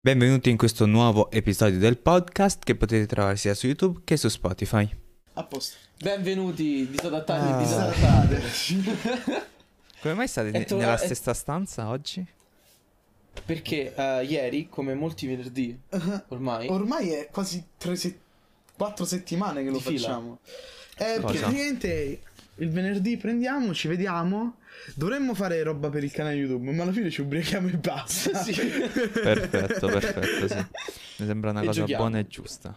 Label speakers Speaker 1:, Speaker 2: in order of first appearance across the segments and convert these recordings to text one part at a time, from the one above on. Speaker 1: Benvenuti in questo nuovo episodio del podcast che potete trovare sia su YouTube che su Spotify.
Speaker 2: A posto.
Speaker 3: Benvenuti, disadattati e
Speaker 1: Ah.
Speaker 3: disadattate.
Speaker 1: Come mai state
Speaker 3: È
Speaker 1: ne-
Speaker 3: to-
Speaker 1: nella
Speaker 3: è-
Speaker 1: stessa stanza oggi?
Speaker 3: Perché eh, ieri, come molti venerdì
Speaker 2: Uh-huh.
Speaker 3: ormai,
Speaker 2: Ormai è quasi 4 settimane che lo
Speaker 3: Di fila.
Speaker 2: facciamo. Eh,
Speaker 1: Cosa?
Speaker 2: praticamente il venerdì prendiamo, ci vediamo. Dovremmo fare roba per il canale YouTube, ma alla fine ci ubriachiamo e basta.
Speaker 3: Sì.
Speaker 1: Perfetto, perfetto, sì. Mi sembra una
Speaker 3: E
Speaker 1: cosa
Speaker 3: giochiamo.
Speaker 1: buona e giusta.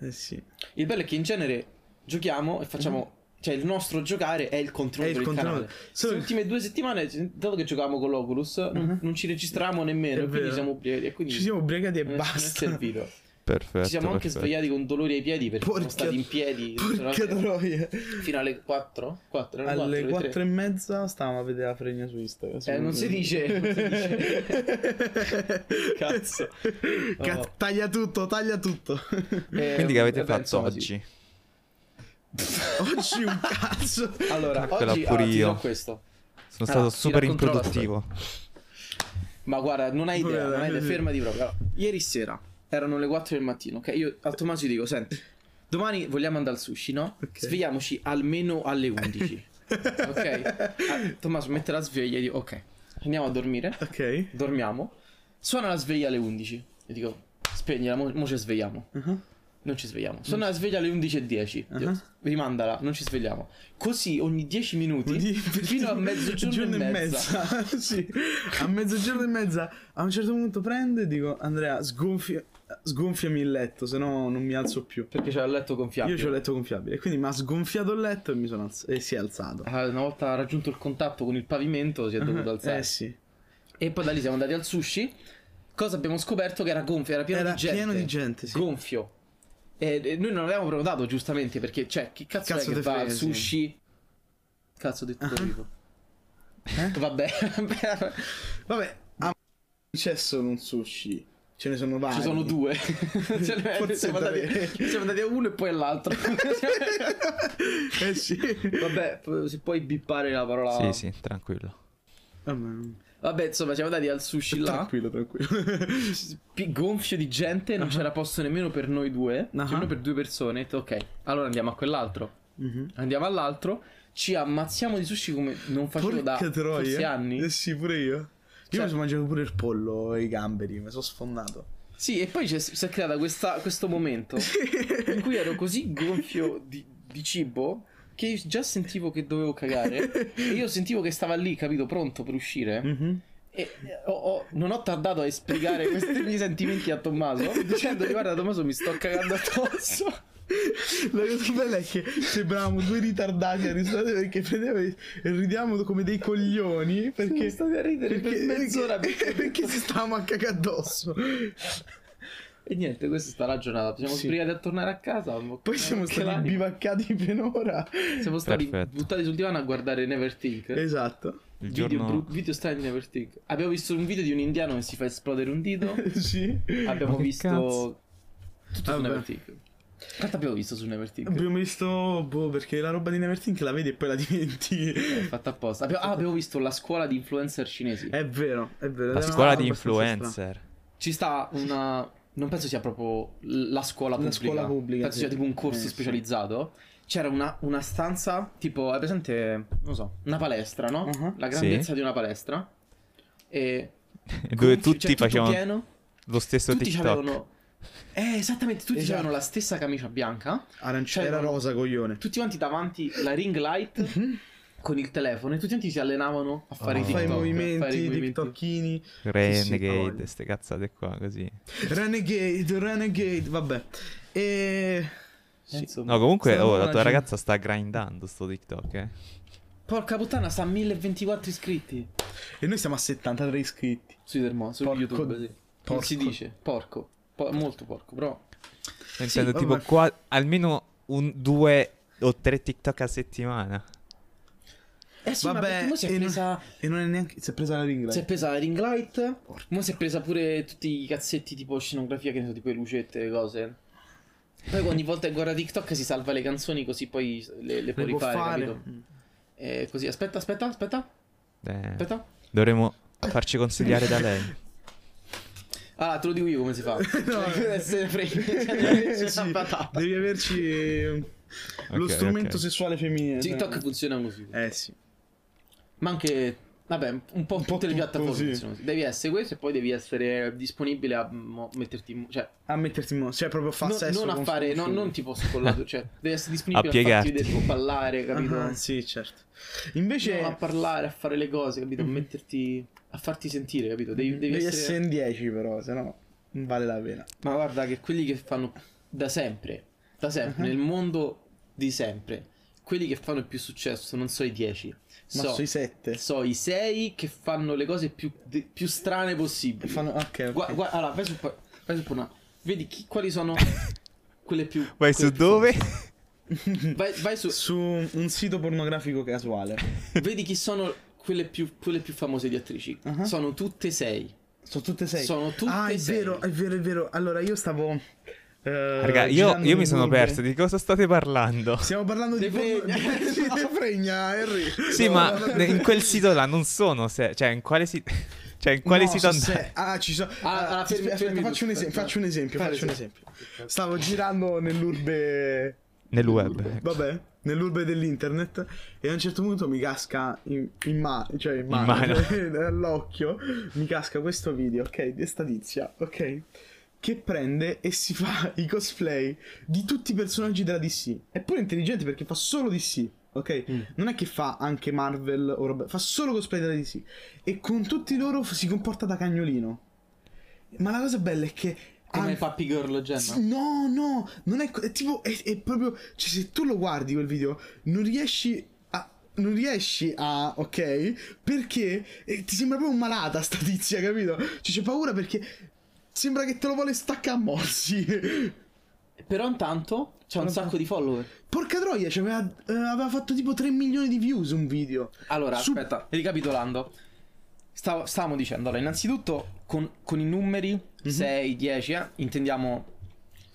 Speaker 2: Eh sì.
Speaker 3: il bello è che in genere giochiamo e facciamo... Cioè il nostro giocare è il
Speaker 2: Uh-huh. È
Speaker 3: controllo
Speaker 2: il
Speaker 3: del
Speaker 2: controllo.
Speaker 3: canale.
Speaker 2: Solo Uh-huh.
Speaker 3: Le ultime due settimane, dato che giocavamo con l'Oculus, non, non ci registravamo nemmeno,
Speaker 2: È
Speaker 3: quindi
Speaker 2: vero.
Speaker 3: siamo ubriachi e quindi
Speaker 2: ci siamo ubriacati e
Speaker 3: non è- non è
Speaker 2: basta.
Speaker 3: servito.
Speaker 1: Perfetto.
Speaker 3: Ci siamo anche
Speaker 1: Certo, perfetto.
Speaker 3: svegliati con dolori ai piedi perché
Speaker 2: Porca-
Speaker 3: siamo stati in piedi
Speaker 2: Porca
Speaker 3: durante-
Speaker 2: troia.
Speaker 3: fino alle 4? 4
Speaker 2: Alle 4
Speaker 3: e
Speaker 2: e mezza stavamo a vedere la fregna su Instagram.
Speaker 3: Eh, non si dice, non si dice. Cazzo.
Speaker 2: Cazzo,
Speaker 3: Oh.
Speaker 2: Taglia tutto, taglia tutto.
Speaker 3: eh,
Speaker 1: Quindi che avete
Speaker 3: vabbè,
Speaker 1: fatto
Speaker 3: insomma, sì.
Speaker 1: oggi?
Speaker 2: Oggi un cazzo.
Speaker 3: Allora,
Speaker 1: Eccola
Speaker 3: oggi
Speaker 1: pure
Speaker 3: ah, ti
Speaker 1: io.
Speaker 3: do questo.
Speaker 1: Sono
Speaker 3: Ah,
Speaker 1: stato
Speaker 3: ti
Speaker 1: super
Speaker 3: racconterò la
Speaker 1: improduttivo.
Speaker 3: Ma guarda, non hai idea,
Speaker 2: Vabbè,
Speaker 3: non hai idea,
Speaker 2: sì.
Speaker 3: fermati proprio. Allora, ieri sera erano le 4 del mattino, ok? Io a Tommaso gli dico, senti, domani vogliamo andare al sushi, no?
Speaker 2: Ok.
Speaker 3: Svegliamoci almeno alle 11. ok? Ah, Tommaso mette la sveglia e dico, ok, andiamo a dormire,
Speaker 2: Ok.
Speaker 3: dormiamo. Suona la sveglia alle 11. E dico, spegnila, mo, mo ci svegliamo.
Speaker 2: Uh-huh.
Speaker 3: Non ci svegliamo. Sono la sveglia alle 11.10.
Speaker 2: Ah.
Speaker 3: Rimandala, non ci svegliamo. Così ogni 10 minuti
Speaker 2: Quindi-
Speaker 3: fino a mezzogiorno
Speaker 2: giorno
Speaker 3: e mezza.
Speaker 2: sì. A mezzogiorno e mezza. A un certo punto prendo e dico Andrea sgonfia- sgonfiami il letto, se no non mi alzo più.
Speaker 3: Perché c'era il letto gonfiato.
Speaker 2: Io ci ho letto gonfiabile, quindi mi ha sgonfiato il letto e mi sono alz- e si è alzato.
Speaker 3: Ah, Una volta raggiunto il contatto con il pavimento si è dovuto alzare.
Speaker 2: Eh sì.
Speaker 3: E poi da lì siamo andati al sushi. Cosa abbiamo scoperto? Che era gonfio, era pieno
Speaker 2: Era
Speaker 3: di gente.
Speaker 2: pieno di gente, sì.
Speaker 3: Gonfio. E, e noi non avevamo prenotato giustamente perché, cioè, che cazzo,
Speaker 2: Cazzo
Speaker 3: è che
Speaker 2: te
Speaker 3: va
Speaker 2: frega,
Speaker 3: al
Speaker 2: sì. Ah.
Speaker 3: sushi? Cazzo, ho detto vivo.
Speaker 2: Eh?
Speaker 3: Vabbè, vabbè.
Speaker 2: Vabbè, a non c'è solo un sushi. Ce ne sono vari.
Speaker 3: Ci sono due. Cioè,
Speaker 2: Forse
Speaker 3: siamo, andati,
Speaker 2: tre.
Speaker 3: siamo andati a uno e poi all'altro.
Speaker 2: eh sì.
Speaker 3: Vabbè, p- se puoi bippare la parola.
Speaker 1: Sì, sì, tranquillo.
Speaker 2: Vabbè,
Speaker 3: Vabbè, insomma, siamo andati al sushi là.
Speaker 2: tranquillo, tranquillo.
Speaker 3: pi- gonfio di gente, non c'era posto nemmeno per noi due.
Speaker 2: Ah.
Speaker 3: C'era per due persone. Ho detto, ok, allora andiamo a quell'altro.
Speaker 2: Mhm.
Speaker 3: Andiamo all'altro. Ci ammazziamo di sushi come non facevo da
Speaker 2: Porca troia.
Speaker 3: forse
Speaker 2: Eh
Speaker 3: anni.
Speaker 2: sì, pure io. Io
Speaker 3: Cioè-
Speaker 2: mi sono mangiato pure il pollo e i gamberi, mi sono sfondato.
Speaker 3: Sì, e poi c'è- si è creato questo momento in cui ero così gonfio di, di cibo che io già sentivo che dovevo cagare. e io sentivo che stava lì, capito, pronto per uscire.
Speaker 2: Mm.
Speaker 3: E eh, ho- ho- non ho tardato a esplicare questi miei sentimenti a Tommaso dicendogli guarda Tommaso mi sto cagando addosso.
Speaker 2: La cosa bella è che sembravamo due ritardati al ristorante perché prendiamo e e ridiamo come dei coglioni
Speaker 3: Che
Speaker 2: perché...
Speaker 3: state a ridere
Speaker 2: Perché,
Speaker 3: per mezz'ora.
Speaker 2: perché, perché si stavamo a cagare addosso.
Speaker 3: E niente, questa è stata la giornata. Ci siamo
Speaker 2: Sì.
Speaker 3: sbrigati a tornare a casa. ma-
Speaker 2: Poi siamo
Speaker 3: che
Speaker 2: stati
Speaker 3: l'anima.
Speaker 2: bivaccati per un'ora.
Speaker 3: Siamo stati
Speaker 1: Perfetto.
Speaker 3: buttati sul divano a guardare Never Think.
Speaker 2: Esatto.
Speaker 1: Il
Speaker 3: video,
Speaker 1: giorno...
Speaker 3: bru- video strani di Never Think. Abbiamo visto un video di un indiano che si fa esplodere un dito.
Speaker 2: Sì.
Speaker 3: Abbiamo
Speaker 1: Ma che
Speaker 3: visto
Speaker 1: cazzo?
Speaker 3: tutto su
Speaker 2: Vabbè.
Speaker 3: Never Think. Quanto abbiamo visto su Never Think?
Speaker 2: Abbiamo visto, boh, perché la roba di Neverthink la vedi e poi la diventi.
Speaker 3: Eh, Fatta apposta. Abbiamo- ah, abbiamo visto la scuola di influencer cinesi.
Speaker 2: È vero, è vero.
Speaker 1: La
Speaker 2: era una
Speaker 1: scuola
Speaker 2: roba
Speaker 1: di
Speaker 2: abbastanza strana.
Speaker 1: influencer.
Speaker 3: Ci sta una. Non penso sia proprio l- la scuola
Speaker 2: La
Speaker 3: pubblica.
Speaker 2: scuola pubblica,
Speaker 3: Penso
Speaker 2: sì.
Speaker 3: sia tipo un corso
Speaker 2: Eh, sì.
Speaker 3: specializzato. C'era una, una stanza, tipo, hai presente, non so, una palestra, no?
Speaker 2: Mhm.
Speaker 3: La grandezza di una palestra. E
Speaker 1: Dove
Speaker 3: gonfio-
Speaker 1: tutti
Speaker 3: cioè, tutto
Speaker 1: facevano
Speaker 3: pieno,
Speaker 1: lo stesso
Speaker 3: tutti
Speaker 1: TikTok.
Speaker 3: avevano Eh, esattamente, tutti
Speaker 2: Esatto.
Speaker 3: avevano la stessa camicia bianca,
Speaker 2: Arancione
Speaker 3: Cioè,
Speaker 2: era
Speaker 3: non-
Speaker 2: rosa, coglione.
Speaker 3: tutti quanti davanti la ring light con il telefono e tutti quanti si allenavano a fare
Speaker 1: Oh.
Speaker 3: i
Speaker 1: Fai
Speaker 3: TikTok,
Speaker 2: Mhm. Fai i
Speaker 3: a fare i
Speaker 2: movimenti,
Speaker 3: movimenti.
Speaker 2: tiktokini.
Speaker 1: Renegade,
Speaker 2: voglio.
Speaker 1: ste cazzate qua, così.
Speaker 2: Renegade, Renegade, vabbè. E...
Speaker 3: Eh, Insomma.
Speaker 1: No, comunque, oh,
Speaker 2: Stavo
Speaker 1: la tua
Speaker 2: ragionando.
Speaker 1: ragazza sta grindando sto TikTok, eh.
Speaker 3: Porca puttana, sta a 1024 iscritti.
Speaker 2: E noi siamo a 73 iscritti.
Speaker 3: Su Dermo, su
Speaker 2: Porco-
Speaker 3: YouTube. Sì.
Speaker 2: porco.
Speaker 3: Non si dice porco, po- molto porco, però.
Speaker 1: Sto iniziando tipo
Speaker 2: ormai-
Speaker 1: qua almeno un, due o tre TikTok a settimana.
Speaker 3: Eh sì, ma perché
Speaker 2: Vabbè,
Speaker 3: mo si è
Speaker 2: e,
Speaker 3: presa.
Speaker 2: non, e non è neanche... Si è presa la ringla.
Speaker 3: Si è presa la ring light. Mo si è presa pure tutti i cazzetti tipo scenografia, che ne so, tipo le lucette, le cose. Poi ogni volta che guarda TikTok si salva le canzoni così poi le, le può
Speaker 2: può
Speaker 3: rifare,
Speaker 2: fare.
Speaker 3: capito? Eh, così, aspetta, aspetta, aspetta,
Speaker 1: Eh,
Speaker 3: aspetta.
Speaker 1: dovremmo farci consigliare da lei.
Speaker 3: Ah, te lo dico io come si fa. no, se ne frega. Cioè,
Speaker 2: Sì,
Speaker 3: una patata.
Speaker 2: devi averci eh, lo
Speaker 1: Ok,
Speaker 2: strumento
Speaker 1: ok.
Speaker 2: sessuale femminile.
Speaker 3: TikTok
Speaker 2: cioè.
Speaker 3: funziona così.
Speaker 2: Eh sì.
Speaker 3: Ma anche, vabbè, un po' tutte le
Speaker 2: tutto,
Speaker 3: piattaforme
Speaker 2: sì.
Speaker 3: funzionano così. Devi essere questo e poi devi essere disponibile a mo- metterti... in- Cioè,
Speaker 2: A metterti in modo. Cioè, proprio fa
Speaker 3: non,
Speaker 2: sesso.
Speaker 3: non a
Speaker 2: con
Speaker 3: fare...
Speaker 2: sto
Speaker 3: Non,
Speaker 2: fiume.
Speaker 3: non tipo scollato, cioè, devi essere
Speaker 1: A
Speaker 3: disponibile a, farti
Speaker 1: piegarti.
Speaker 3: vedere, tipo, ballare, capito?
Speaker 2: Ah, sì, certo.
Speaker 3: Cioè,
Speaker 2: Invece.
Speaker 3: a parlare, a fare le cose, capito? A metterti... A farti sentire, capito? Devi, devi essere...
Speaker 2: Mm-hmm. essere in 10, però, se no. Non vale la pena.
Speaker 3: Ma guarda che quelli che fanno da sempre, da sempre,
Speaker 2: Mhm.
Speaker 3: nel mondo di sempre, quelli che fanno il più successo non so i 10,
Speaker 2: Ma
Speaker 3: so,
Speaker 2: sui 7.
Speaker 3: so i 6 che fanno le cose più, de- più strane possibili.
Speaker 2: Fanno... Ok, ok.
Speaker 3: Gua- gua- allora, vai su, vai su Pornhub. Vedi chi- quali sono quelle più...
Speaker 1: Vai
Speaker 3: quelle
Speaker 1: su
Speaker 3: più
Speaker 1: dove?
Speaker 3: famose. Vai, vai su...
Speaker 2: Su un sito pornografico casuale.
Speaker 3: Vedi chi sono quelle più, quelle più famose di attrici.
Speaker 2: Mhm.
Speaker 3: Sono tutte 6.
Speaker 2: Sono tutte 6.
Speaker 3: Sono tutte
Speaker 2: Ah, è
Speaker 3: sei.
Speaker 2: vero, è vero, è vero. Allora, io stavo. eh,
Speaker 1: Raga, io,
Speaker 2: girando
Speaker 1: io mi
Speaker 2: in
Speaker 1: sono
Speaker 2: Google.
Speaker 1: perso. Di cosa state parlando?
Speaker 2: Stiamo parlando
Speaker 3: Te
Speaker 2: di porno-
Speaker 3: fregna.
Speaker 2: di- Sì, te fregna, Harry.
Speaker 1: Sì,
Speaker 2: Stiamo
Speaker 1: ma
Speaker 2: parlando
Speaker 1: ne-
Speaker 2: di-
Speaker 1: in quel sito là non sono. Se, cioè, in quale sito. Cioè, in quale
Speaker 2: No,
Speaker 1: sito
Speaker 2: so
Speaker 1: andare?
Speaker 2: se- Ah, ci sono.
Speaker 3: Ah, ah, fermi-
Speaker 2: aspetta,
Speaker 3: fermi
Speaker 2: faccio,
Speaker 3: tu,
Speaker 2: un esempio,
Speaker 3: aspetta.
Speaker 2: faccio un esempio.
Speaker 3: Fai
Speaker 2: Faccio un
Speaker 3: l'esempio.
Speaker 2: esempio. Stavo girando nell'urbe.
Speaker 1: Nel web. ecco.
Speaker 2: Vabbè, nell'urbe dell'internet. E a un certo punto mi casca in, in mano, cioè in mano,
Speaker 1: mano.
Speaker 2: cioè, nell'occhio, mi casca questo video, ok, di sta tizia, ok. Che prende e si fa i cosplay di tutti i personaggi della DC. È pure intelligente perché fa solo DC, ok?
Speaker 3: Mm.
Speaker 2: Non è che fa anche Marvel o roba, fa solo cosplay della DC. E con tutti loro f- si comporta da cagnolino. Ma la cosa bella è che.
Speaker 3: Come
Speaker 2: ha-
Speaker 3: Papi Girl Gemma.
Speaker 2: Ah. sì, No, no, non è, co- è tipo, è, è proprio, cioè se tu lo guardi quel video, non riesci a, non riesci a, ok, perché eh, ti sembra proprio un malata sta tizia, capito? Cioè c'è paura perché sembra che te lo vuole staccare a morsi.
Speaker 3: Però intanto c'ha un
Speaker 2: Però-
Speaker 3: sacco di follower.
Speaker 2: Porca troia, cioè, aveva, eh, aveva fatto tipo 3 milioni di views un video.
Speaker 3: Allora,
Speaker 2: Su-
Speaker 3: aspetta, ricapitolando. Stavo, stavamo dicendo, allora, innanzitutto con, con i numeri
Speaker 2: Mm-hmm.
Speaker 3: 6, 10, eh, intendiamo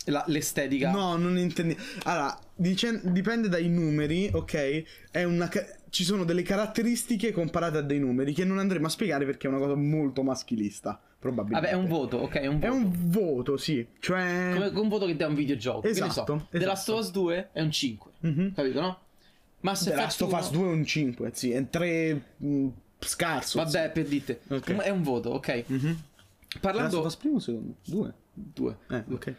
Speaker 3: la- l'estetica.
Speaker 2: No, non intendi. Allora, dicen- dipende dai numeri, ok? È una ca- ci sono delle caratteristiche comparate a dei numeri che non andremo a spiegare perché è una cosa molto maschilista, probabilmente.
Speaker 3: Vabbè, è un voto, ok, è un
Speaker 2: È
Speaker 3: voto.
Speaker 2: un voto, sì. Cioè
Speaker 3: Come un voto che dà un videogioco. che ne so.
Speaker 2: Esatto,
Speaker 3: The
Speaker 2: esatto.
Speaker 3: Last of Us 2 è un 5,
Speaker 2: Mhm.
Speaker 3: capito, no? Mass
Speaker 2: The
Speaker 3: Effect
Speaker 2: Last of
Speaker 3: 1
Speaker 2: Us 2 è un 5, sì, è un 3 mh, scarso.
Speaker 3: Vabbè, per dite.
Speaker 2: Ok.
Speaker 3: È un voto, ok.
Speaker 2: sì. Mhm. The Last of
Speaker 3: Parlando
Speaker 2: Us primo o secondo? 2.
Speaker 3: due.
Speaker 2: Eh, ok.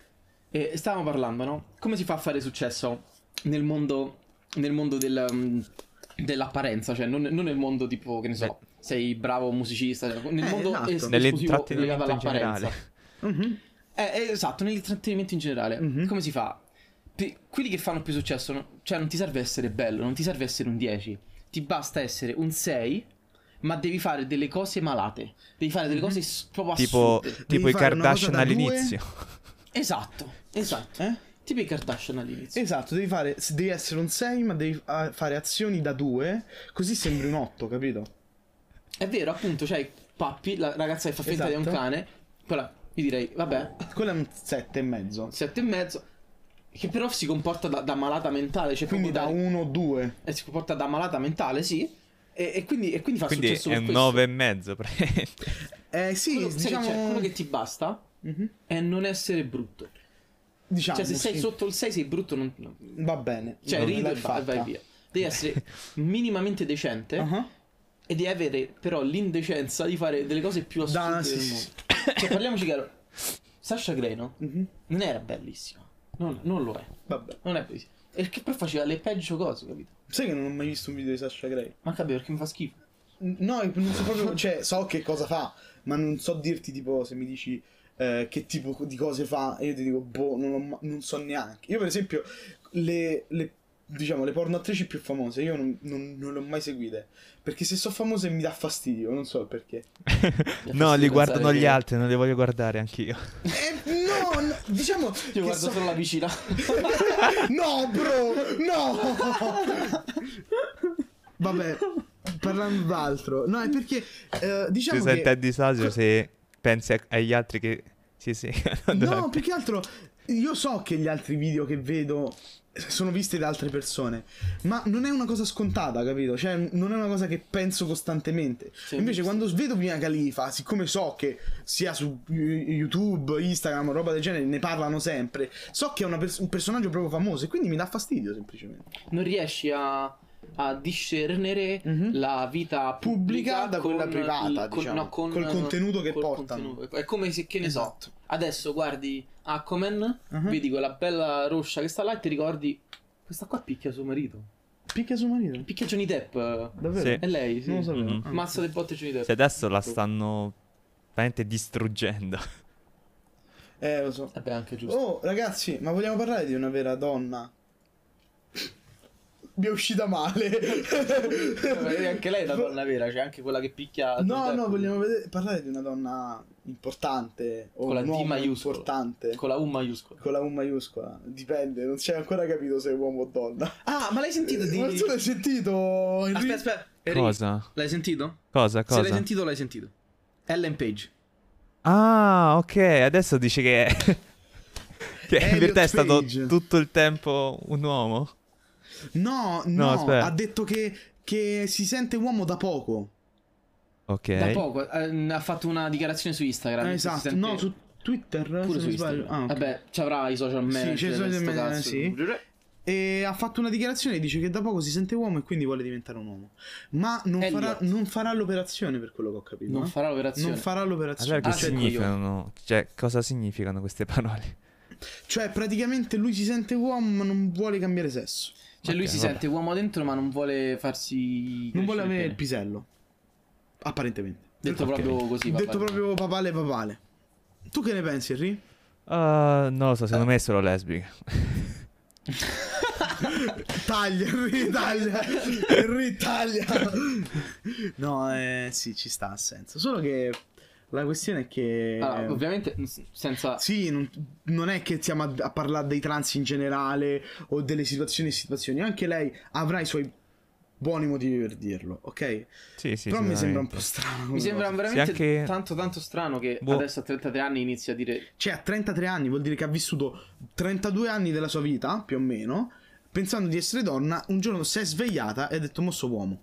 Speaker 3: E stavamo parlando, no? Come si fa a fare successo nel mondo, nel mondo del, um, dell'apparenza, cioè non, non nel mondo tipo, che ne so, sei bravo musicista, cioè, nel
Speaker 2: Eh,
Speaker 3: mondo
Speaker 2: esatto.
Speaker 3: es- esclusivo legato
Speaker 1: Nell'intrattenimento in
Speaker 3: all'apparenza.
Speaker 1: generale.
Speaker 2: Mhm.
Speaker 3: Eh, eh, esatto, nell'intrattenimento in generale.
Speaker 2: Mhm.
Speaker 3: Come si fa? Pe- quelli che fanno più successo, no- cioè non ti serve essere bello, non ti serve essere un 10, ti basta essere un 6, ma devi fare delle cose malate, devi fare
Speaker 2: Mhm.
Speaker 3: delle cose s- proprio
Speaker 1: Tipo,
Speaker 3: assurde.
Speaker 1: tipo
Speaker 2: Devi
Speaker 1: i
Speaker 2: fare una
Speaker 1: Kardashian
Speaker 2: cosa da due.
Speaker 1: all'inizio.
Speaker 3: Esatto, esatto.
Speaker 2: Eh?
Speaker 3: Tipo i Kardashian all'inizio.
Speaker 2: Esatto, devi fare s- devi essere un 6, ma devi ah, fare azioni da 2, così sembri un 8, capito?
Speaker 3: È vero, appunto, c'hai Pappi, la ragazza che fa finta di un
Speaker 2: Esatto.
Speaker 3: cane. Quella, io direi, vabbè,
Speaker 2: Quello è un 7 e mezzo.
Speaker 3: sette e mezzo. Che però si comporta da, da malata mentale. Cioè
Speaker 2: Quindi da
Speaker 3: proprio
Speaker 2: 1 o 2.
Speaker 3: eh, Si comporta da malata mentale, sì. E, e quindi, e quindi fa
Speaker 1: Quindi
Speaker 3: successo
Speaker 1: è
Speaker 3: per
Speaker 1: un
Speaker 3: questo.
Speaker 1: 9 e mezzo. praticamente.
Speaker 2: Eh sì,
Speaker 3: Quello, sai che
Speaker 2: diciamo...
Speaker 3: c'è? Quello che ti basta
Speaker 2: Mhm.
Speaker 3: è non essere brutto.
Speaker 2: Diciamo,
Speaker 3: Cioè, se sei
Speaker 2: sì.
Speaker 3: sotto il 6 sei brutto, non... no.
Speaker 2: Va bene.
Speaker 3: Cioè,
Speaker 2: Non
Speaker 3: rido
Speaker 2: l'hai
Speaker 3: e va- e
Speaker 2: fatta.
Speaker 3: vai via. eh. Devi essere minimamente decente
Speaker 2: Ah,
Speaker 3: e devi avere però l'indecenza di fare delle cose più assurde
Speaker 2: Da- sì,
Speaker 3: del
Speaker 2: sì,
Speaker 3: mondo. Cioè, parliamoci chiaro. Sasha Grey, no?
Speaker 2: mhm.
Speaker 3: non era bellissima. Non, non lo è.
Speaker 2: Vabbè.
Speaker 3: Non è bellissima. Perché però faceva le peggio cose, capito?
Speaker 2: Sai che non ho mai visto un video di Sasha Grey?
Speaker 3: Ma capito perché mi fa schifo.
Speaker 2: N- No, non so proprio... cioè, so che cosa fa, ma non so dirti tipo se mi dici... eh, che tipo di cose fa e io ti dico boh non, ho ma- non so neanche io per esempio le, le diciamo le pornoattrici più famose io non, non- non le ho mai seguite perché se sono famose mi dà fastidio non so il perché
Speaker 1: no, li
Speaker 3: pensare
Speaker 1: guardano
Speaker 3: che-
Speaker 1: gli altri, non li voglio guardare anch'io.
Speaker 2: Eh, no, no, diciamo che
Speaker 3: Io guardo
Speaker 2: so-
Speaker 3: solo la vicina.
Speaker 2: No, bro, no. Vabbè, parlando d'altro. No, è perché eh,
Speaker 1: Ti
Speaker 2: diciamo
Speaker 1: senti a
Speaker 2: che
Speaker 1: disagio se pensi a- agli altri che Sì, sì.
Speaker 2: No, più che altro io so che gli altri video che vedo sono visti da altre persone, ma non è una cosa scontata, capito? Cioè, non è una cosa che penso costantemente.
Speaker 3: Sì,
Speaker 2: Invece,
Speaker 3: sì.
Speaker 2: quando vedo Mia Califa, siccome so che sia su YouTube, Instagram, roba del genere, ne parlano sempre, so che è una pers- un personaggio proprio famoso e quindi mi dà fastidio semplicemente.
Speaker 3: non riesci a, a discernere
Speaker 2: Mhm.
Speaker 3: la vita pubblica
Speaker 2: da
Speaker 3: con
Speaker 2: quella privata,
Speaker 3: il- con-
Speaker 2: diciamo,
Speaker 3: no, con-
Speaker 2: col contenuto che
Speaker 3: col
Speaker 2: portano.
Speaker 3: contenuto. È come se, che ne
Speaker 2: Esatto.
Speaker 3: so, adesso guardi Aquaman,
Speaker 2: Mhm.
Speaker 3: vedi quella bella roscia che sta là e ti ricordi, questa qua picchia suo marito,
Speaker 2: Picchia suo marito?
Speaker 3: picchia Johnny Depp,
Speaker 2: Davvero?
Speaker 1: Sì.
Speaker 3: è lei, sì.
Speaker 2: Non lo sapevo.
Speaker 1: Mhm.
Speaker 2: Ah.
Speaker 3: Mazza del botte Johnny Depp.
Speaker 1: Se adesso la stanno veramente distruggendo.
Speaker 2: Eh, lo so.
Speaker 3: Vabbè, anche giusto.
Speaker 2: Oh, ragazzi, ma vogliamo parlare di una vera donna? Mi è uscita male.
Speaker 3: Eh, Anche lei è una donna certo. vera, cioè anche quella che picchia.
Speaker 2: No,
Speaker 3: Johnny
Speaker 2: no,
Speaker 3: Depp.
Speaker 2: vogliamo vedere- parlare di una donna importante o
Speaker 3: Con la
Speaker 2: un
Speaker 3: D
Speaker 2: uomo
Speaker 3: maiuscola.
Speaker 2: importante con...
Speaker 3: Con la U maiuscola.
Speaker 2: la U maiuscola. Dipende, non si è ancora capito se è uomo o donna.
Speaker 3: Ah, ma l'hai sentito di.
Speaker 2: Ma tu l'hai sentito? Enrico?
Speaker 3: Aspetta, aspetta. Enrico,
Speaker 1: Cosa?
Speaker 3: L'hai sentito?
Speaker 1: Cosa?
Speaker 3: Se l'hai
Speaker 1: Cosa?
Speaker 3: sentito, l'hai sentito. Ellen Page.
Speaker 1: Ah, ok. Adesso dici che. che in
Speaker 2: Elliot
Speaker 1: realtà è stato
Speaker 2: Page.
Speaker 1: tutto il tempo un uomo?
Speaker 2: No, no,
Speaker 1: No, aspetta.
Speaker 2: ha detto che, che si sente uomo da poco.
Speaker 1: Ok.
Speaker 3: Da poco eh, ha fatto una dichiarazione su Instagram.
Speaker 2: Eh,
Speaker 3: in cui si
Speaker 2: esatto,
Speaker 3: sente-
Speaker 2: no, su Twitter, se
Speaker 3: Pure
Speaker 2: non
Speaker 3: su
Speaker 2: sbaglio.
Speaker 3: Instagram.
Speaker 2: Ah, ok.
Speaker 3: Vabbè, ci avrà i social
Speaker 2: Sì,
Speaker 3: media.
Speaker 2: c'è i social media, sì. E ha fatto una dichiarazione, dice che da poco si sente uomo e quindi vuole diventare un uomo. Ma non,
Speaker 3: Elliot.
Speaker 2: farà, non farà l'operazione per quello che ho capito.
Speaker 3: Non
Speaker 2: eh.
Speaker 3: farà l'operazione.
Speaker 2: Non farà l'operazione.
Speaker 1: Allora che
Speaker 3: Ah, sì,
Speaker 1: significano? Cioè, cosa significano queste parole?
Speaker 2: Cioè, praticamente lui si sente uomo ma non vuole cambiare sesso.
Speaker 3: Cioè, lui
Speaker 1: Ok,
Speaker 3: si
Speaker 1: vabbè.
Speaker 3: sente uomo dentro, ma non vuole farsi.
Speaker 2: Non vuole avere il
Speaker 3: pizzo.
Speaker 2: pisello. Apparentemente.
Speaker 3: Detto
Speaker 1: Ok.
Speaker 3: proprio così. va
Speaker 2: Detto
Speaker 3: bene.
Speaker 2: proprio papale papale. Tu che ne pensi, Henry?
Speaker 1: Ah, non lo so, secondo me è solo lesbica.
Speaker 2: Taglia, Henry, taglia. Henry, taglia. No, eh, sì, ci sta, ha senso. Solo che la questione è che...
Speaker 3: Allora, Ah, ovviamente, s- senza.
Speaker 2: Eh. Sì, non, non è che stiamo a, a parlare dei trans in generale o delle situazioni e situazioni, anche lei avrà i suoi buoni motivi per dirlo, ok?
Speaker 1: Sì, sì.
Speaker 2: Però mi sembra un
Speaker 1: sicuramente.
Speaker 2: po' strano. come
Speaker 3: Mi sembra
Speaker 2: cosa.
Speaker 3: veramente
Speaker 1: anche-
Speaker 3: tanto tanto strano che
Speaker 1: Boh.
Speaker 3: adesso a 33 anni inizia a dire
Speaker 2: Cioè, a 33 anni vuol dire che ha vissuto 32 anni della sua vita, più o meno, pensando di essere donna, un giorno si è svegliata e ha detto mosso uomo.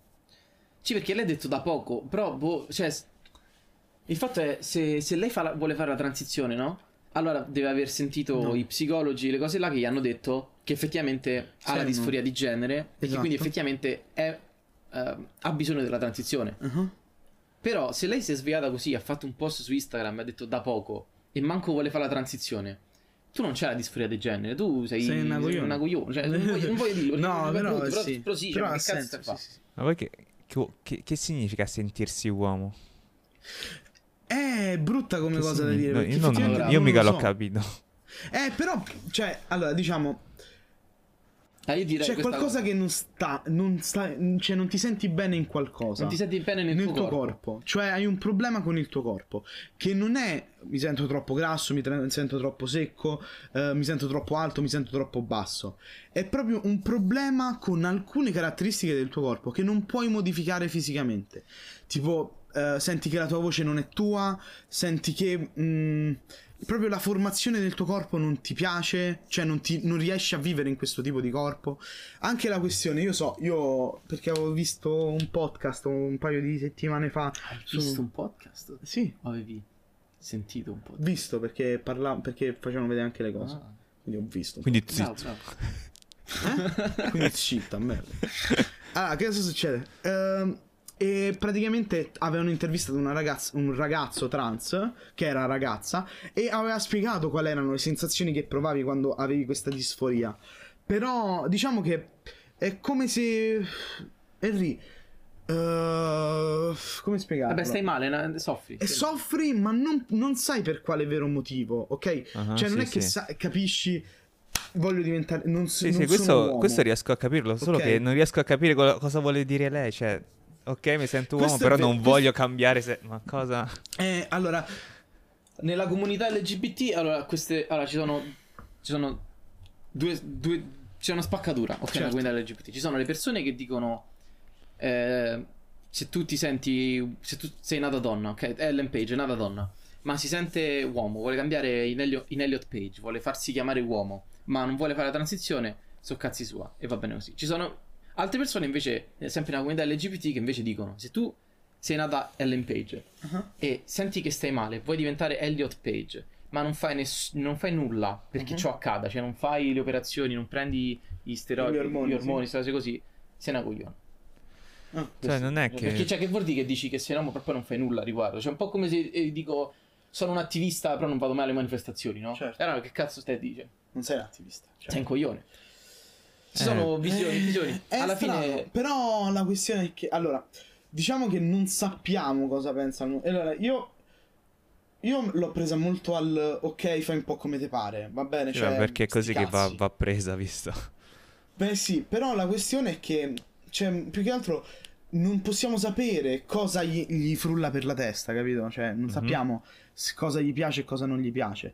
Speaker 3: Sì, perché lei ha detto da poco, però, boh, cioè, s- il fatto è, se, se lei fa la- vuole fare la transizione, no? Allora deve aver sentito
Speaker 2: No.
Speaker 3: i psicologi, le cose là che gli hanno detto che effettivamente
Speaker 2: Sì,
Speaker 3: ha la
Speaker 2: no.
Speaker 3: disforia di genere e che
Speaker 2: Esatto.
Speaker 3: quindi effettivamente è, eh, ha bisogno della transizione.
Speaker 2: Uh-huh.
Speaker 3: Però se lei si è svegliata così, ha fatto un post su Instagram e ha detto da poco e manco vuole fare la transizione, tu non c'hai la disforia di genere, tu sei,
Speaker 2: Sei una coglione.
Speaker 3: una coglione, cioè, non, voglio, non voglio dirlo,
Speaker 2: no,
Speaker 3: perché è
Speaker 2: però,
Speaker 3: brutto, però,
Speaker 2: sì.
Speaker 3: però sì, cioè,
Speaker 2: Però
Speaker 3: ma
Speaker 2: ha
Speaker 3: che cazzo
Speaker 2: senso,
Speaker 3: stai a
Speaker 2: sì, sì, sì.
Speaker 1: Ma poi che, che- che- che significa sentirsi uomo?
Speaker 2: È brutta come
Speaker 1: Che
Speaker 2: cosa da
Speaker 1: signi-
Speaker 2: dire.
Speaker 1: no,
Speaker 2: perché
Speaker 1: io non-
Speaker 2: effettivamente
Speaker 3: non
Speaker 1: io
Speaker 2: lo
Speaker 1: mica
Speaker 2: so.
Speaker 1: l'ho capito.
Speaker 2: Eh, però, cioè, allora, diciamo,
Speaker 3: fare? Ah, io direi
Speaker 2: C'è
Speaker 3: questa
Speaker 2: qualcosa
Speaker 3: cosa.
Speaker 2: che non sta, non sta, cioè non ti senti bene in qualcosa.
Speaker 3: Non ti senti bene nel,
Speaker 2: nel tuo corpo. cioè hai un problema con il tuo corpo che non è mi sento troppo grasso, mi tra- sento troppo secco, eh, mi sento troppo alto, mi sento troppo basso. È proprio un problema con alcune caratteristiche del tuo corpo che non puoi modificare fisicamente. Tipo eh, senti che la tua voce non è tua, senti che mm, proprio la formazione del tuo corpo non ti piace, cioè non, ti- non riesci a vivere in questo tipo di corpo. Anche la questione, io so, io perché avevo visto un podcast un paio di settimane fa.
Speaker 3: Hai
Speaker 2: su-
Speaker 3: visto un podcast?
Speaker 2: Sì,
Speaker 3: O avevi sentito un podcast?
Speaker 2: visto perché, parla- perché facevano vedere anche le cose.
Speaker 3: Ah.
Speaker 2: Quindi ho visto.
Speaker 1: Quindi
Speaker 3: Bravo,
Speaker 1: zitto.
Speaker 3: bravo. Eh?
Speaker 2: Quindi shit, a merda. Allora, Ah, che cosa succede? Ehm, e praticamente avevano intervistato una ragazza, un ragazzo trans che era ragazza e aveva spiegato quali erano le sensazioni che provavi quando avevi questa disforia. Però diciamo che è come se Henry eh, come spiegarlo?
Speaker 3: Vabbè, stai male, na- soffri.
Speaker 2: E
Speaker 3: Sì.
Speaker 2: soffri, ma non, non sai per quale vero motivo, ok?
Speaker 1: Ah,
Speaker 2: cioè, non
Speaker 1: sì,
Speaker 2: è che
Speaker 1: sì.
Speaker 2: sa- capisci, voglio diventare. Non, so-
Speaker 1: Sì,
Speaker 2: non
Speaker 1: sì,
Speaker 2: sono
Speaker 1: questo,
Speaker 2: uomo.
Speaker 1: questo riesco a capirlo, solo
Speaker 2: Ok.
Speaker 1: che non riesco a capire co- cosa vuole dire lei, cioè... Ok, mi sento uomo,
Speaker 2: Questo è
Speaker 1: però
Speaker 2: ver-
Speaker 1: non
Speaker 2: questo-
Speaker 1: voglio cambiare se... Ma cosa?
Speaker 2: Eh, allora,
Speaker 3: Nella comunità LGBT, allora, queste, allora ci sono. Ci sono due. due c'è una spaccatura, ok? Nella
Speaker 2: Certo.
Speaker 3: comunità LGBT. Ci sono le persone che dicono. eh, se tu ti senti. Se tu sei nata donna, ok? Ellen Page è nata donna. ma si sente uomo, vuole cambiare in, Elio- in Elliot Page, vuole farsi chiamare uomo, ma non vuole fare la transizione, so cazzi sua e va bene così. Ci sono altre persone invece, eh, sempre nella comunità LGBT, che invece dicono, se tu sei nata Ellen Page
Speaker 2: Ah.
Speaker 3: e senti che stai male, vuoi diventare Elliot Page, ma non fai, ness- non fai nulla perché
Speaker 2: Mhm.
Speaker 3: ciò accada, cioè non fai le operazioni, non prendi gli steroidi,
Speaker 2: Gli
Speaker 3: gli
Speaker 2: ormoni,
Speaker 3: ormoni,
Speaker 2: sì.
Speaker 3: queste cose così, sei una cogliona.
Speaker 2: Ah.
Speaker 3: Questo-
Speaker 1: non è che-
Speaker 3: Perché cioè, che vuol dire che dici che sei un uomo però poi non fai nulla a riguardo? Cioè, un po' come se eh, dico sono un attivista però non vado mai alle manifestazioni, no?
Speaker 2: Certo.
Speaker 3: E allora che cazzo stai a dire?
Speaker 2: Non sei un attivista. cioè.
Speaker 3: Sei un coglione. Ci
Speaker 1: Certo. Eh.
Speaker 3: sono visioni, visioni.
Speaker 2: Eh, È
Speaker 3: Alla
Speaker 2: strano,
Speaker 3: fine... cioè,
Speaker 2: Però la questione è che. Allora, diciamo che non sappiamo cosa pensano. E Allora, io. Io l'ho presa molto al. Ok, fai un po' come te pare. Va bene.
Speaker 1: Sì,
Speaker 2: cioè,
Speaker 1: ma perché è
Speaker 2: sti
Speaker 1: così che va,
Speaker 2: cazzi.
Speaker 1: va presa, visto.
Speaker 2: Beh, sì, però la questione è che. Cioè, più che altro. Non possiamo sapere cosa gli, gli frulla per la testa, capito? Cioè, non
Speaker 1: Mhm.
Speaker 2: sappiamo s- cosa gli piace e cosa non gli piace.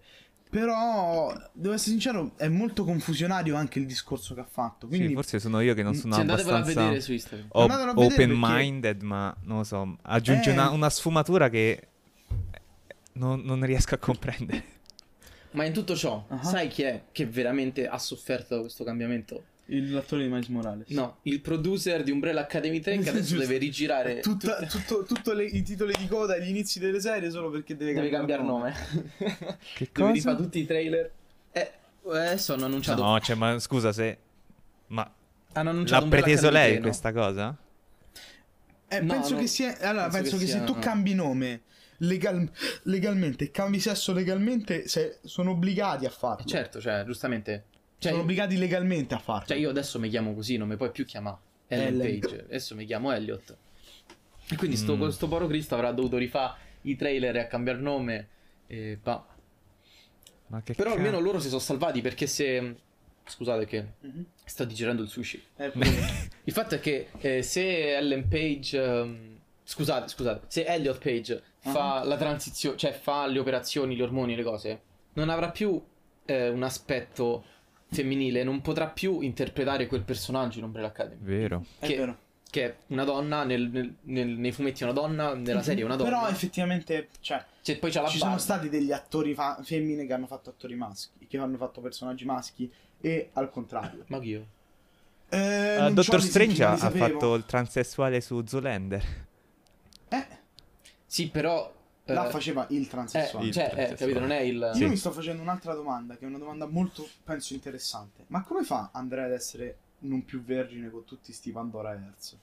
Speaker 2: Però, devo essere sincero, è molto confusionario anche il discorso che ha fatto. Quindi,
Speaker 1: Sì, forse sono io che non sono
Speaker 3: Sì, andatevela a
Speaker 1: abbastanza
Speaker 3: vedere su Instagram.
Speaker 1: o-
Speaker 2: Andatelo a vedere perché-
Speaker 1: open-minded, ma non lo so, aggiunge
Speaker 2: Eh.
Speaker 1: una, una sfumatura che non, non riesco a comprendere.
Speaker 3: Ma in tutto ciò,
Speaker 2: Ah.
Speaker 3: sai chi è che veramente ha sofferto da questo cambiamento?
Speaker 2: il- l'attore di Miles Morales.
Speaker 3: No, il producer di Umbrella Academy 3 che adesso
Speaker 2: Giusto.
Speaker 3: deve rigirare...
Speaker 2: Tutta- tutto, tutto le- i titoli di coda e gli inizi delle serie solo perché deve,
Speaker 3: Deve cambiare nome.
Speaker 1: Che
Speaker 3: deve
Speaker 1: cosa?
Speaker 3: rifare tutti i trailer. Eh, adesso hanno annunciato...
Speaker 1: No, cioè, ma scusa se... Ma
Speaker 3: Hanno annunciato
Speaker 1: l'ha
Speaker 3: Umbrella
Speaker 1: preteso
Speaker 3: Academy
Speaker 1: lei
Speaker 3: 3, no?
Speaker 1: questa cosa?
Speaker 2: Eh,
Speaker 3: No,
Speaker 2: penso
Speaker 3: no,
Speaker 2: che sia. Allora, penso,
Speaker 3: penso
Speaker 2: che,
Speaker 3: che
Speaker 2: se
Speaker 3: sia- eh.
Speaker 2: tu cambi nome legal- legalmente e cambi sesso legalmente, se- sono obbligati a farlo.
Speaker 3: Eh, Certo, cioè, giustamente. Cioè,
Speaker 2: sono obbligati legalmente a farlo.
Speaker 3: cioè, io adesso mi chiamo così, non mi puoi più chiamare Ellen
Speaker 2: Ellen.
Speaker 3: Page. Adesso mi chiamo Elliot. E quindi sto,
Speaker 1: Mm.
Speaker 3: questo poro Cristo avrà dovuto rifare i trailer e a cambiare nome. E va.
Speaker 1: Ma che
Speaker 3: Però
Speaker 1: ca-
Speaker 3: almeno loro si sono salvati perché se... Scusate che
Speaker 2: Mhm.
Speaker 3: sto digerendo il sushi.
Speaker 2: Eh, pure-
Speaker 3: Il fatto è che eh, se Ellen Page... ehm, scusate, scusate. Se Elliot Page
Speaker 2: Ah.
Speaker 3: fa la transizione, cioè fa le operazioni, gli ormoni, le cose, non avrà più eh, un aspetto femminile, non potrà più interpretare quel personaggio in Umbrella Academy.
Speaker 1: Vero.
Speaker 2: è
Speaker 3: Che-
Speaker 2: vero.
Speaker 3: Che è una donna, nel- nel- nel- nei fumetti è una donna, nella serie è una donna.
Speaker 2: Però effettivamente, cioè,
Speaker 3: Cioè, poi c'ha la
Speaker 2: ci
Speaker 3: barba.
Speaker 2: sono stati degli attori fa- femmine che hanno fatto attori maschi, che hanno fatto personaggi maschi e al contrario.
Speaker 3: Ma io.
Speaker 2: Eh,
Speaker 1: Eh,
Speaker 2: non c'ho
Speaker 1: Dottor
Speaker 2: gli esempi,
Speaker 1: Strange
Speaker 2: non
Speaker 1: ha
Speaker 2: li
Speaker 1: ha
Speaker 2: sapevo.
Speaker 1: fatto il transessuale su Zoolander.
Speaker 2: Eh,
Speaker 3: Sì, però... eh,
Speaker 2: là faceva il
Speaker 3: eh,
Speaker 2: transessuale.
Speaker 1: Il
Speaker 3: cioè, eh,
Speaker 1: transessuale.
Speaker 3: capito, non è il...
Speaker 1: Sì.
Speaker 2: Io mi sto facendo un'altra domanda, che è una domanda molto, penso, interessante. Ma come fa Andrea ad essere non più vergine con tutti sti Pandora Hertz?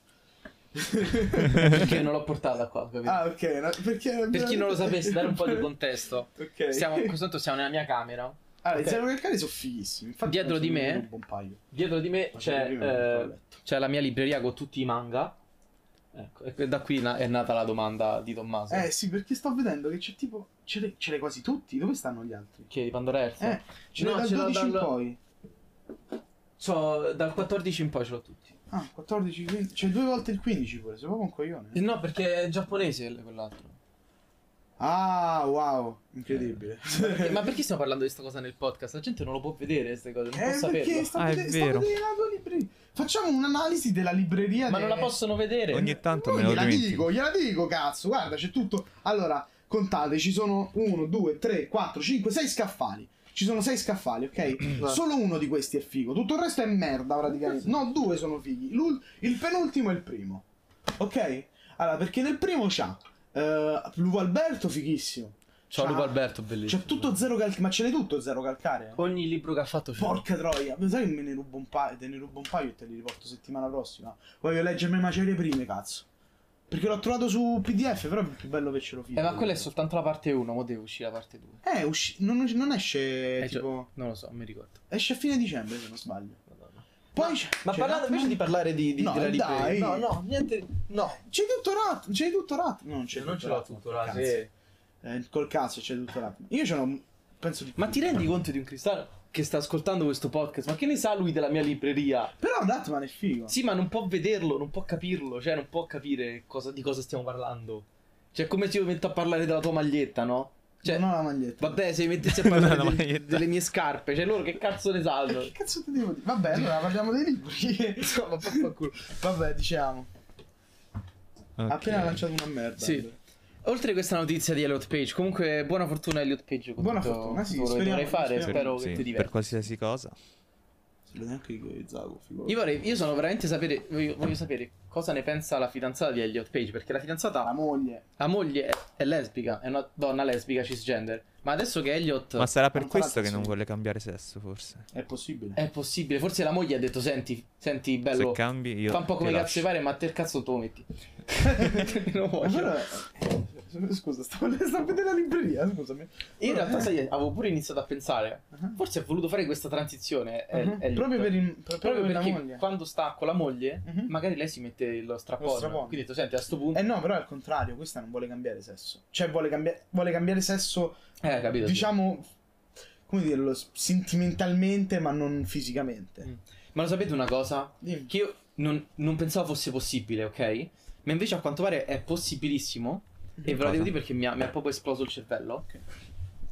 Speaker 3: Perché non l'ho portata qua, capito?
Speaker 2: ah, ok, no, perché...
Speaker 3: per chi non lo sapesse, dare un po' di contesto.
Speaker 2: Ok.
Speaker 3: Stiamo, in questo momento siamo nella mia camera.
Speaker 2: Allora,
Speaker 3: ok.
Speaker 2: i zero calcari sono fighissimi. Infatti
Speaker 3: Dietro
Speaker 2: penso
Speaker 3: di
Speaker 2: che
Speaker 3: me-
Speaker 2: ne rubo un paio.
Speaker 3: Dietro di me
Speaker 2: Ma
Speaker 3: c'è,
Speaker 2: prima non l'ho
Speaker 3: eh,
Speaker 2: letto.
Speaker 3: c'è la mia libreria con tutti i manga. Ecco, e que- da qui na- è nata la domanda di Tommaso.
Speaker 2: Eh sì, perché sto vedendo che c'è tipo... Ce l'hai, ce l'hai quasi tutti? Dove stanno gli altri?
Speaker 3: Che di Pandora Earth.
Speaker 2: Eh, ce l'hai
Speaker 3: No,
Speaker 2: dal
Speaker 3: ce l'ho
Speaker 2: 12 in
Speaker 3: dal-
Speaker 2: poi.
Speaker 3: C'ho- dal 14 in poi ce l'ho tutti.
Speaker 2: Ah, 14, 15... C'è due volte il 15 pure, sei proprio un coglione.
Speaker 3: Eh, No, perché è giapponese l- quell'altro.
Speaker 2: Ah, wow, incredibile.
Speaker 3: Eh, Ma perché stiamo parlando di questa cosa nel podcast? La gente non lo può vedere queste cose, non può
Speaker 2: Eh, perché
Speaker 3: saperlo.
Speaker 2: sta
Speaker 1: Ah, è
Speaker 2: vede- sta
Speaker 1: vero.
Speaker 2: vedendo la tua libreria. Facciamo un'analisi della libreria.
Speaker 3: Ma
Speaker 2: de-
Speaker 3: non la possono vedere.
Speaker 1: Ogni tanto
Speaker 2: Non
Speaker 1: me lo
Speaker 2: gliela
Speaker 1: dimentico.
Speaker 2: dico, gliela dico, cazzo. Guarda, c'è tutto. Allora, contate, ci sono 1, 2, 3, 4, 5, 6 scaffali. Ci sono 6 scaffali, ok? Solo uno di questi è figo, tutto il resto è merda praticamente. No, due sono fighi. L'ul- il penultimo è il primo. Ok? Allora, perché nel primo c'ha eh, Luvo Alberto fighissimo.
Speaker 3: Ciao,
Speaker 2: C'ha-
Speaker 3: Lupo Alberto, bellissimo.
Speaker 2: C'è tutto zero calcare, ma ce n'è tutto zero calcare?
Speaker 3: Ogni libro che ha fatto c'è.
Speaker 2: Porca troia, ma sai che me ne rubo un paio, te ne rubo un paio e te li riporto settimana prossima. Voglio leggermi Macerie prime, cazzo. Perché l'ho trovato su PDF, però è più bello che ce lo fido.
Speaker 3: Eh, ma quella è soltanto la parte 1, mo deve uscire la parte 2.
Speaker 2: Eh, usci- non, non esce
Speaker 3: Eh, cioè-
Speaker 2: tipo...
Speaker 3: Non lo so, non mi ricordo.
Speaker 2: Esce a fine dicembre, se non sbaglio.
Speaker 3: Madonna.
Speaker 2: Poi c'è...
Speaker 3: Ma
Speaker 2: c'è
Speaker 3: parlando,
Speaker 2: Ratman-
Speaker 3: invece di parlare di, di
Speaker 2: No,
Speaker 3: della libreria-
Speaker 2: dai.
Speaker 3: No, no, niente. No.
Speaker 2: C'è tutto Rat... C'è tutto Rat... No, Cioè, non c'è tutto Ratman, col
Speaker 3: rase.
Speaker 2: cazzo. Eh, col cazzo c'è tutto Rat... Io ce l'ho... Penso di...
Speaker 3: Ma ti rendi conto di un cristiano che sta ascoltando questo podcast? Ma che ne sa lui della mia libreria?
Speaker 2: Però Ratman è figo.
Speaker 3: Sì, ma non può vederlo, non può capirlo, cioè non può capire cosa- di cosa stiamo parlando. Cioè, è come se io mi metto a parlare della tua maglietta, no? Cioè,
Speaker 2: Non ho la maglietta.
Speaker 3: vabbè, se mi mettessi a parlare
Speaker 1: No, la
Speaker 3: del-
Speaker 1: maglietta.
Speaker 3: delle mie scarpe, cioè loro che cazzo ne sanno?
Speaker 2: Che cazzo ti devo dire? Vabbè, allora parliamo dei libri.
Speaker 3: No, ma fa- fa culo.
Speaker 2: Vabbè, diciamo.
Speaker 1: Ok.
Speaker 2: Appena lanciato una merda.
Speaker 3: Sì.
Speaker 2: Allora.
Speaker 3: Oltre a questa notizia di Elliot Page, comunque buona fortuna a Elliot Page. con
Speaker 2: Buona
Speaker 3: tutto-
Speaker 2: fortuna, sì,
Speaker 3: tutto quello che
Speaker 2: speriamo-
Speaker 3: dovrai fare,
Speaker 2: speriamo.
Speaker 3: spero
Speaker 1: Sì,
Speaker 3: che ti
Speaker 1: per
Speaker 3: diverti.
Speaker 1: qualsiasi cosa.
Speaker 2: Sapevo neanche di Zago, figurati.
Speaker 3: Io, vorrei, io sono veramente sapere, voglio, voglio sapere cosa ne pensa la fidanzata di Elliot Page, perché la
Speaker 2: La
Speaker 3: fidanzata,
Speaker 2: moglie.
Speaker 3: la moglie è, è lesbica, è una donna lesbica cisgender, ma adesso che Elliot
Speaker 1: Ma sarà per
Speaker 2: Non farà
Speaker 1: questo che non
Speaker 2: attenzione.
Speaker 1: vuole cambiare sesso, forse.
Speaker 2: È possibile.
Speaker 3: è possibile, forse la moglie ha detto senti, senti
Speaker 1: Se
Speaker 3: bello, fa
Speaker 1: cambi io
Speaker 3: un po'
Speaker 1: ti
Speaker 3: come
Speaker 1: lascio.
Speaker 3: cazzo pare, ma te il cazzo tu lo metti. Non
Speaker 2: Ma
Speaker 3: voglio.
Speaker 2: allora- eh, Scusa, stavo, stavo vedendo la libreria, scusami.
Speaker 3: Io in realtà, sai, avevo pure iniziato a pensare,
Speaker 2: Ah.
Speaker 3: forse ha voluto fare questa transizione, è-
Speaker 2: Mhm.
Speaker 3: Elliot.
Speaker 2: Proprio per, il, pro- proprio
Speaker 3: Eh, Proprio
Speaker 2: per
Speaker 3: perché
Speaker 2: la moglie.
Speaker 3: quando sta con la moglie,
Speaker 2: Mhm.
Speaker 3: magari lei si mette lo strappone.
Speaker 2: Lo strappone.
Speaker 3: Quindi ho detto, senti, a sto punto...
Speaker 2: Eh no, però è al contrario, questa non vuole cambiare sesso. Cioè vuole, cambia- vuole cambiare sesso,
Speaker 3: Eh, capito. sì.
Speaker 2: diciamo, come dirlo, s- sentimentalmente ma non fisicamente.
Speaker 3: Mm. Ma lo sapete una cosa?
Speaker 2: Dimmi.
Speaker 3: Che io non, non pensavo fosse possibile, ok? Ma invece a quanto pare è possibilissimo. E ve lo
Speaker 1: Cosa?
Speaker 3: devo dire perché mi ha, mi ha proprio esploso il cervello.
Speaker 2: Ok.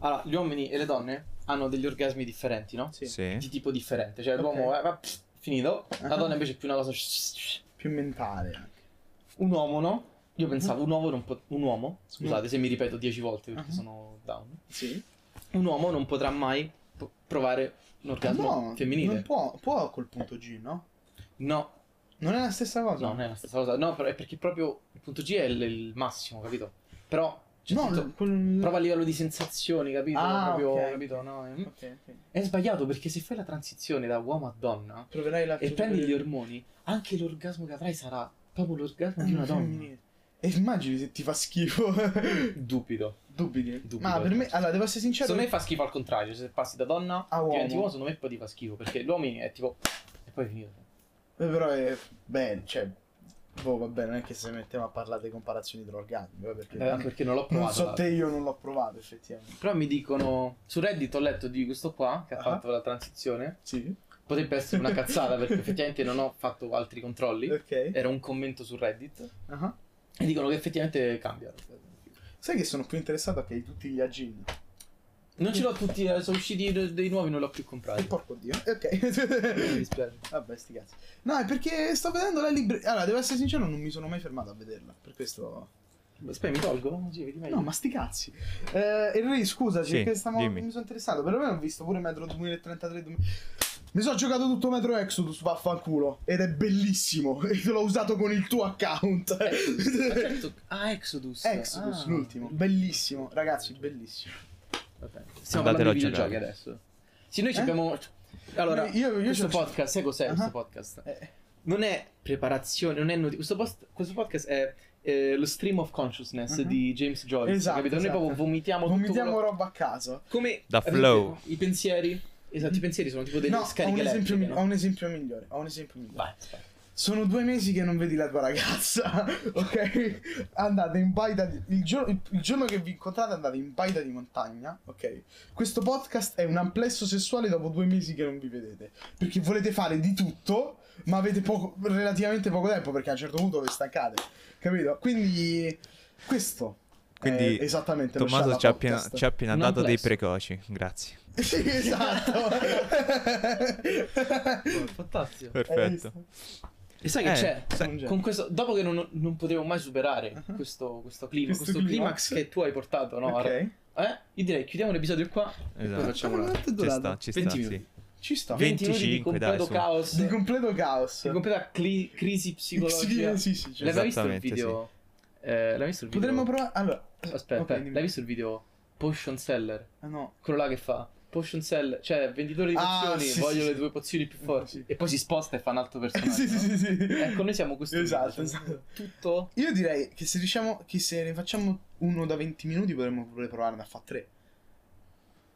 Speaker 3: Allora, gli uomini e le donne hanno degli orgasmi differenti, no?
Speaker 2: Sì.
Speaker 3: Di
Speaker 1: Sì. Eh,
Speaker 3: tipo differente. Cioè, l'uomo
Speaker 2: Ok.
Speaker 3: è va, pff, finito. La
Speaker 2: Ah.
Speaker 3: donna invece è più una cosa.
Speaker 2: Più mentale. anche.
Speaker 3: Un uomo, no?
Speaker 2: Mhm.
Speaker 3: Io pensavo un uomo non pot- un uomo, scusate se mi ripeto dieci volte perché
Speaker 2: Ah.
Speaker 3: sono down.
Speaker 2: Sì.
Speaker 3: Un uomo non potrà mai p- provare un orgasmo
Speaker 2: no,
Speaker 3: femminile.
Speaker 2: non può, può col punto G, no?
Speaker 3: No,
Speaker 2: Non è la stessa cosa.
Speaker 3: No, non è la stessa cosa. No, però è perché proprio il punto G è il, il massimo, capito? Però c'è
Speaker 2: No,
Speaker 3: Cioè, tutto-
Speaker 2: l- quel-
Speaker 3: prova a livello di sensazioni, capito?
Speaker 2: Ah,
Speaker 3: Proprio,
Speaker 2: ok.
Speaker 3: capito? No, è...
Speaker 2: Ok, ok.
Speaker 3: è sbagliato perché se fai la transizione da uomo a donna
Speaker 2: Troverai la
Speaker 3: e prendi gli ormoni, anche l'orgasmo che avrai sarà proprio l'orgasmo di
Speaker 2: Mm.
Speaker 3: una donna.
Speaker 2: femminile. E immagini se ti fa schifo.
Speaker 3: Dubito.
Speaker 2: Dubiti.
Speaker 3: Dubito.
Speaker 2: Ma per me, allora, devo essere sincero.
Speaker 3: Secondo me fa schifo al contrario, se passi da donna
Speaker 2: A
Speaker 3: diventi
Speaker 2: Cioè, uomo.
Speaker 3: uomo, secondo me poi ti fa schifo perché gli uomini è tipo e poi è finito.
Speaker 2: Eh, Però è bello, cioè. Boh, vabbè, non è che se mettiamo a parlare di comparazioni tra orgasmi, vabbè, perché
Speaker 3: Eh, anche perché non l'ho provato.
Speaker 2: non so
Speaker 3: l'altro.
Speaker 2: te, io non l'ho provato effettivamente.
Speaker 3: Però mi dicono su Reddit ho letto di questo qua che ha
Speaker 2: Ah.
Speaker 3: fatto la transizione
Speaker 2: Sì.
Speaker 3: Potrebbe essere una cazzata perché effettivamente non ho fatto altri controlli.
Speaker 2: Ok.
Speaker 3: Era un commento su Reddit.
Speaker 2: Ah.
Speaker 3: E dicono che effettivamente cambia.
Speaker 2: Sai che sono più interessato a che hai tutti gli agin.
Speaker 3: Non ce l'ho tutti, eh, sono usciti de- dei nuovi, non l'ho più
Speaker 2: E
Speaker 3: comprati.
Speaker 2: porco dio.
Speaker 3: Mi
Speaker 2: Ok.
Speaker 3: dispiace.
Speaker 2: vabbè, sti cazzi. No, è perché sto vedendo la libreria. Allora, devo essere sincero, non mi sono mai fermato a vederla. Per questo.
Speaker 3: Aspetta, mi tolgo? No, sì, vedi meglio.
Speaker 2: No, ma sti cazzi. Eh, Enrico, scusaci,
Speaker 1: Sì,
Speaker 2: perché stavo-
Speaker 1: dimmi.
Speaker 2: mi sono interessato. Per me ho visto pure Metro 2033. du- Mi sono giocato tutto Metro Exodus, vaffanculo. Ed è bellissimo. E l'ho usato con il tuo account.
Speaker 3: Exodus. Ah, certo. Ah, Exodus.
Speaker 2: Exodus,
Speaker 3: Ah.
Speaker 2: l'ultimo. Bellissimo, ragazzi, bellissimo.
Speaker 3: Vabbè. Stiamo
Speaker 1: Andatelo
Speaker 3: parlando
Speaker 1: a
Speaker 3: di videogiochi
Speaker 1: giocare.
Speaker 3: adesso. Sì, noi ci
Speaker 2: Eh?
Speaker 3: abbiamo... Allora,
Speaker 2: Io- io- io
Speaker 3: questo
Speaker 2: ci ho-
Speaker 3: podcast, sai cos'è questo
Speaker 2: Ah.
Speaker 3: podcast?
Speaker 2: Eh,
Speaker 3: non è preparazione, non è notizia. Questo, post- questo podcast è eh, lo stream of consciousness
Speaker 2: Mhm.
Speaker 3: di James Joyce.
Speaker 2: Esatto,
Speaker 3: capito? Noi
Speaker 2: esatto.
Speaker 3: proprio vomitiamo, tutto
Speaker 2: vomitiamo
Speaker 3: quello-
Speaker 2: roba a caso.
Speaker 3: come
Speaker 1: Da
Speaker 3: avete-
Speaker 1: flow.
Speaker 3: I pensieri. Esatto, i pensieri sono tipo delle
Speaker 2: no, ho un,
Speaker 3: scariche
Speaker 2: esempio,
Speaker 3: elettriche,
Speaker 2: mi-
Speaker 3: no?
Speaker 2: ho un esempio migliore. Ho un esempio migliore.
Speaker 3: Vai, vai.
Speaker 2: Sono due mesi che non vedi la tua ragazza, ok? Andate in baita di... il, giorno, il- il giorno che vi incontrate andate in baita di montagna, ok? Questo podcast è un amplesso sessuale dopo due mesi che non vi vedete. Perché volete fare di tutto, ma avete poco- relativamente poco tempo, perché a un certo punto vi staccate, capito? Quindi questo
Speaker 1: Quindi
Speaker 2: è esattamente lo
Speaker 1: Tommaso
Speaker 2: Scialla
Speaker 1: ci ha appena,
Speaker 2: Podcast.
Speaker 1: ci ha appena
Speaker 3: Un
Speaker 1: dato dei
Speaker 3: amplesso.
Speaker 1: precoci. Grazie.
Speaker 2: Sì, esatto.
Speaker 3: Fantastico.
Speaker 2: Hai
Speaker 1: Perfetto.
Speaker 2: visto?
Speaker 3: E sai che
Speaker 1: Eh,
Speaker 3: c'è?
Speaker 1: sai-
Speaker 2: Non c'è.
Speaker 3: Con questo, dopo che non, non potevo mai superare questo, questo, clima,
Speaker 2: Uh-huh. Questo
Speaker 3: questo, climax
Speaker 2: climax.
Speaker 3: che tu hai portato, no?
Speaker 2: Ok.
Speaker 3: Eh? Io direi chiudiamo l'episodio qua e poi
Speaker 1: Esatto.
Speaker 3: facciamo l'altro.
Speaker 2: Quanto è
Speaker 1: Ci
Speaker 2: durato?
Speaker 1: sta, ci
Speaker 3: 20
Speaker 1: sta, sì.
Speaker 3: minuti.
Speaker 2: Ci sta.
Speaker 3: 20 minuti di
Speaker 1: 25, dai,
Speaker 3: completo
Speaker 1: su.
Speaker 3: caos,
Speaker 2: Di
Speaker 3: di
Speaker 2: completo caos.
Speaker 3: completa cli- crisi psicologica.
Speaker 2: Sì, sì, sì, certo.
Speaker 3: L'hai mai visto il
Speaker 1: Esattamente,
Speaker 3: video? Eh, l'hai visto il video?
Speaker 2: Potremmo provare. Allora,
Speaker 3: Aspetta,
Speaker 2: ok, dimmi.
Speaker 3: l'hai visto il video Potion Seller?
Speaker 2: Ah, no.
Speaker 3: Quello là che fa Potion Seller, cioè venditore di
Speaker 2: Ah,
Speaker 3: pozioni,
Speaker 2: sì,
Speaker 3: voglio
Speaker 2: sì,
Speaker 3: le
Speaker 2: sì.
Speaker 3: tue pozioni più forti.
Speaker 2: Sì.
Speaker 3: E poi si sposta e fa un altro personaggio.
Speaker 2: sì, sì,
Speaker 3: no?
Speaker 2: sì, sì.
Speaker 3: Ecco, noi siamo questo.
Speaker 2: Esatto,
Speaker 3: video, cioè,
Speaker 2: esatto.
Speaker 3: Tutto.
Speaker 2: Io direi che se riusciamo. Che se ne facciamo uno da 20 minuti, potremmo pure provare a fare tre.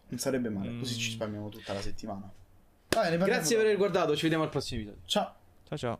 Speaker 2: Non sarebbe male, così
Speaker 1: Mm.
Speaker 2: ci spammiamo tutta la settimana. Vabbè, ne parliamo
Speaker 3: Grazie per
Speaker 2: dopo.
Speaker 3: aver guardato, ci vediamo al prossimo video.
Speaker 2: Ciao.
Speaker 1: Ciao ciao.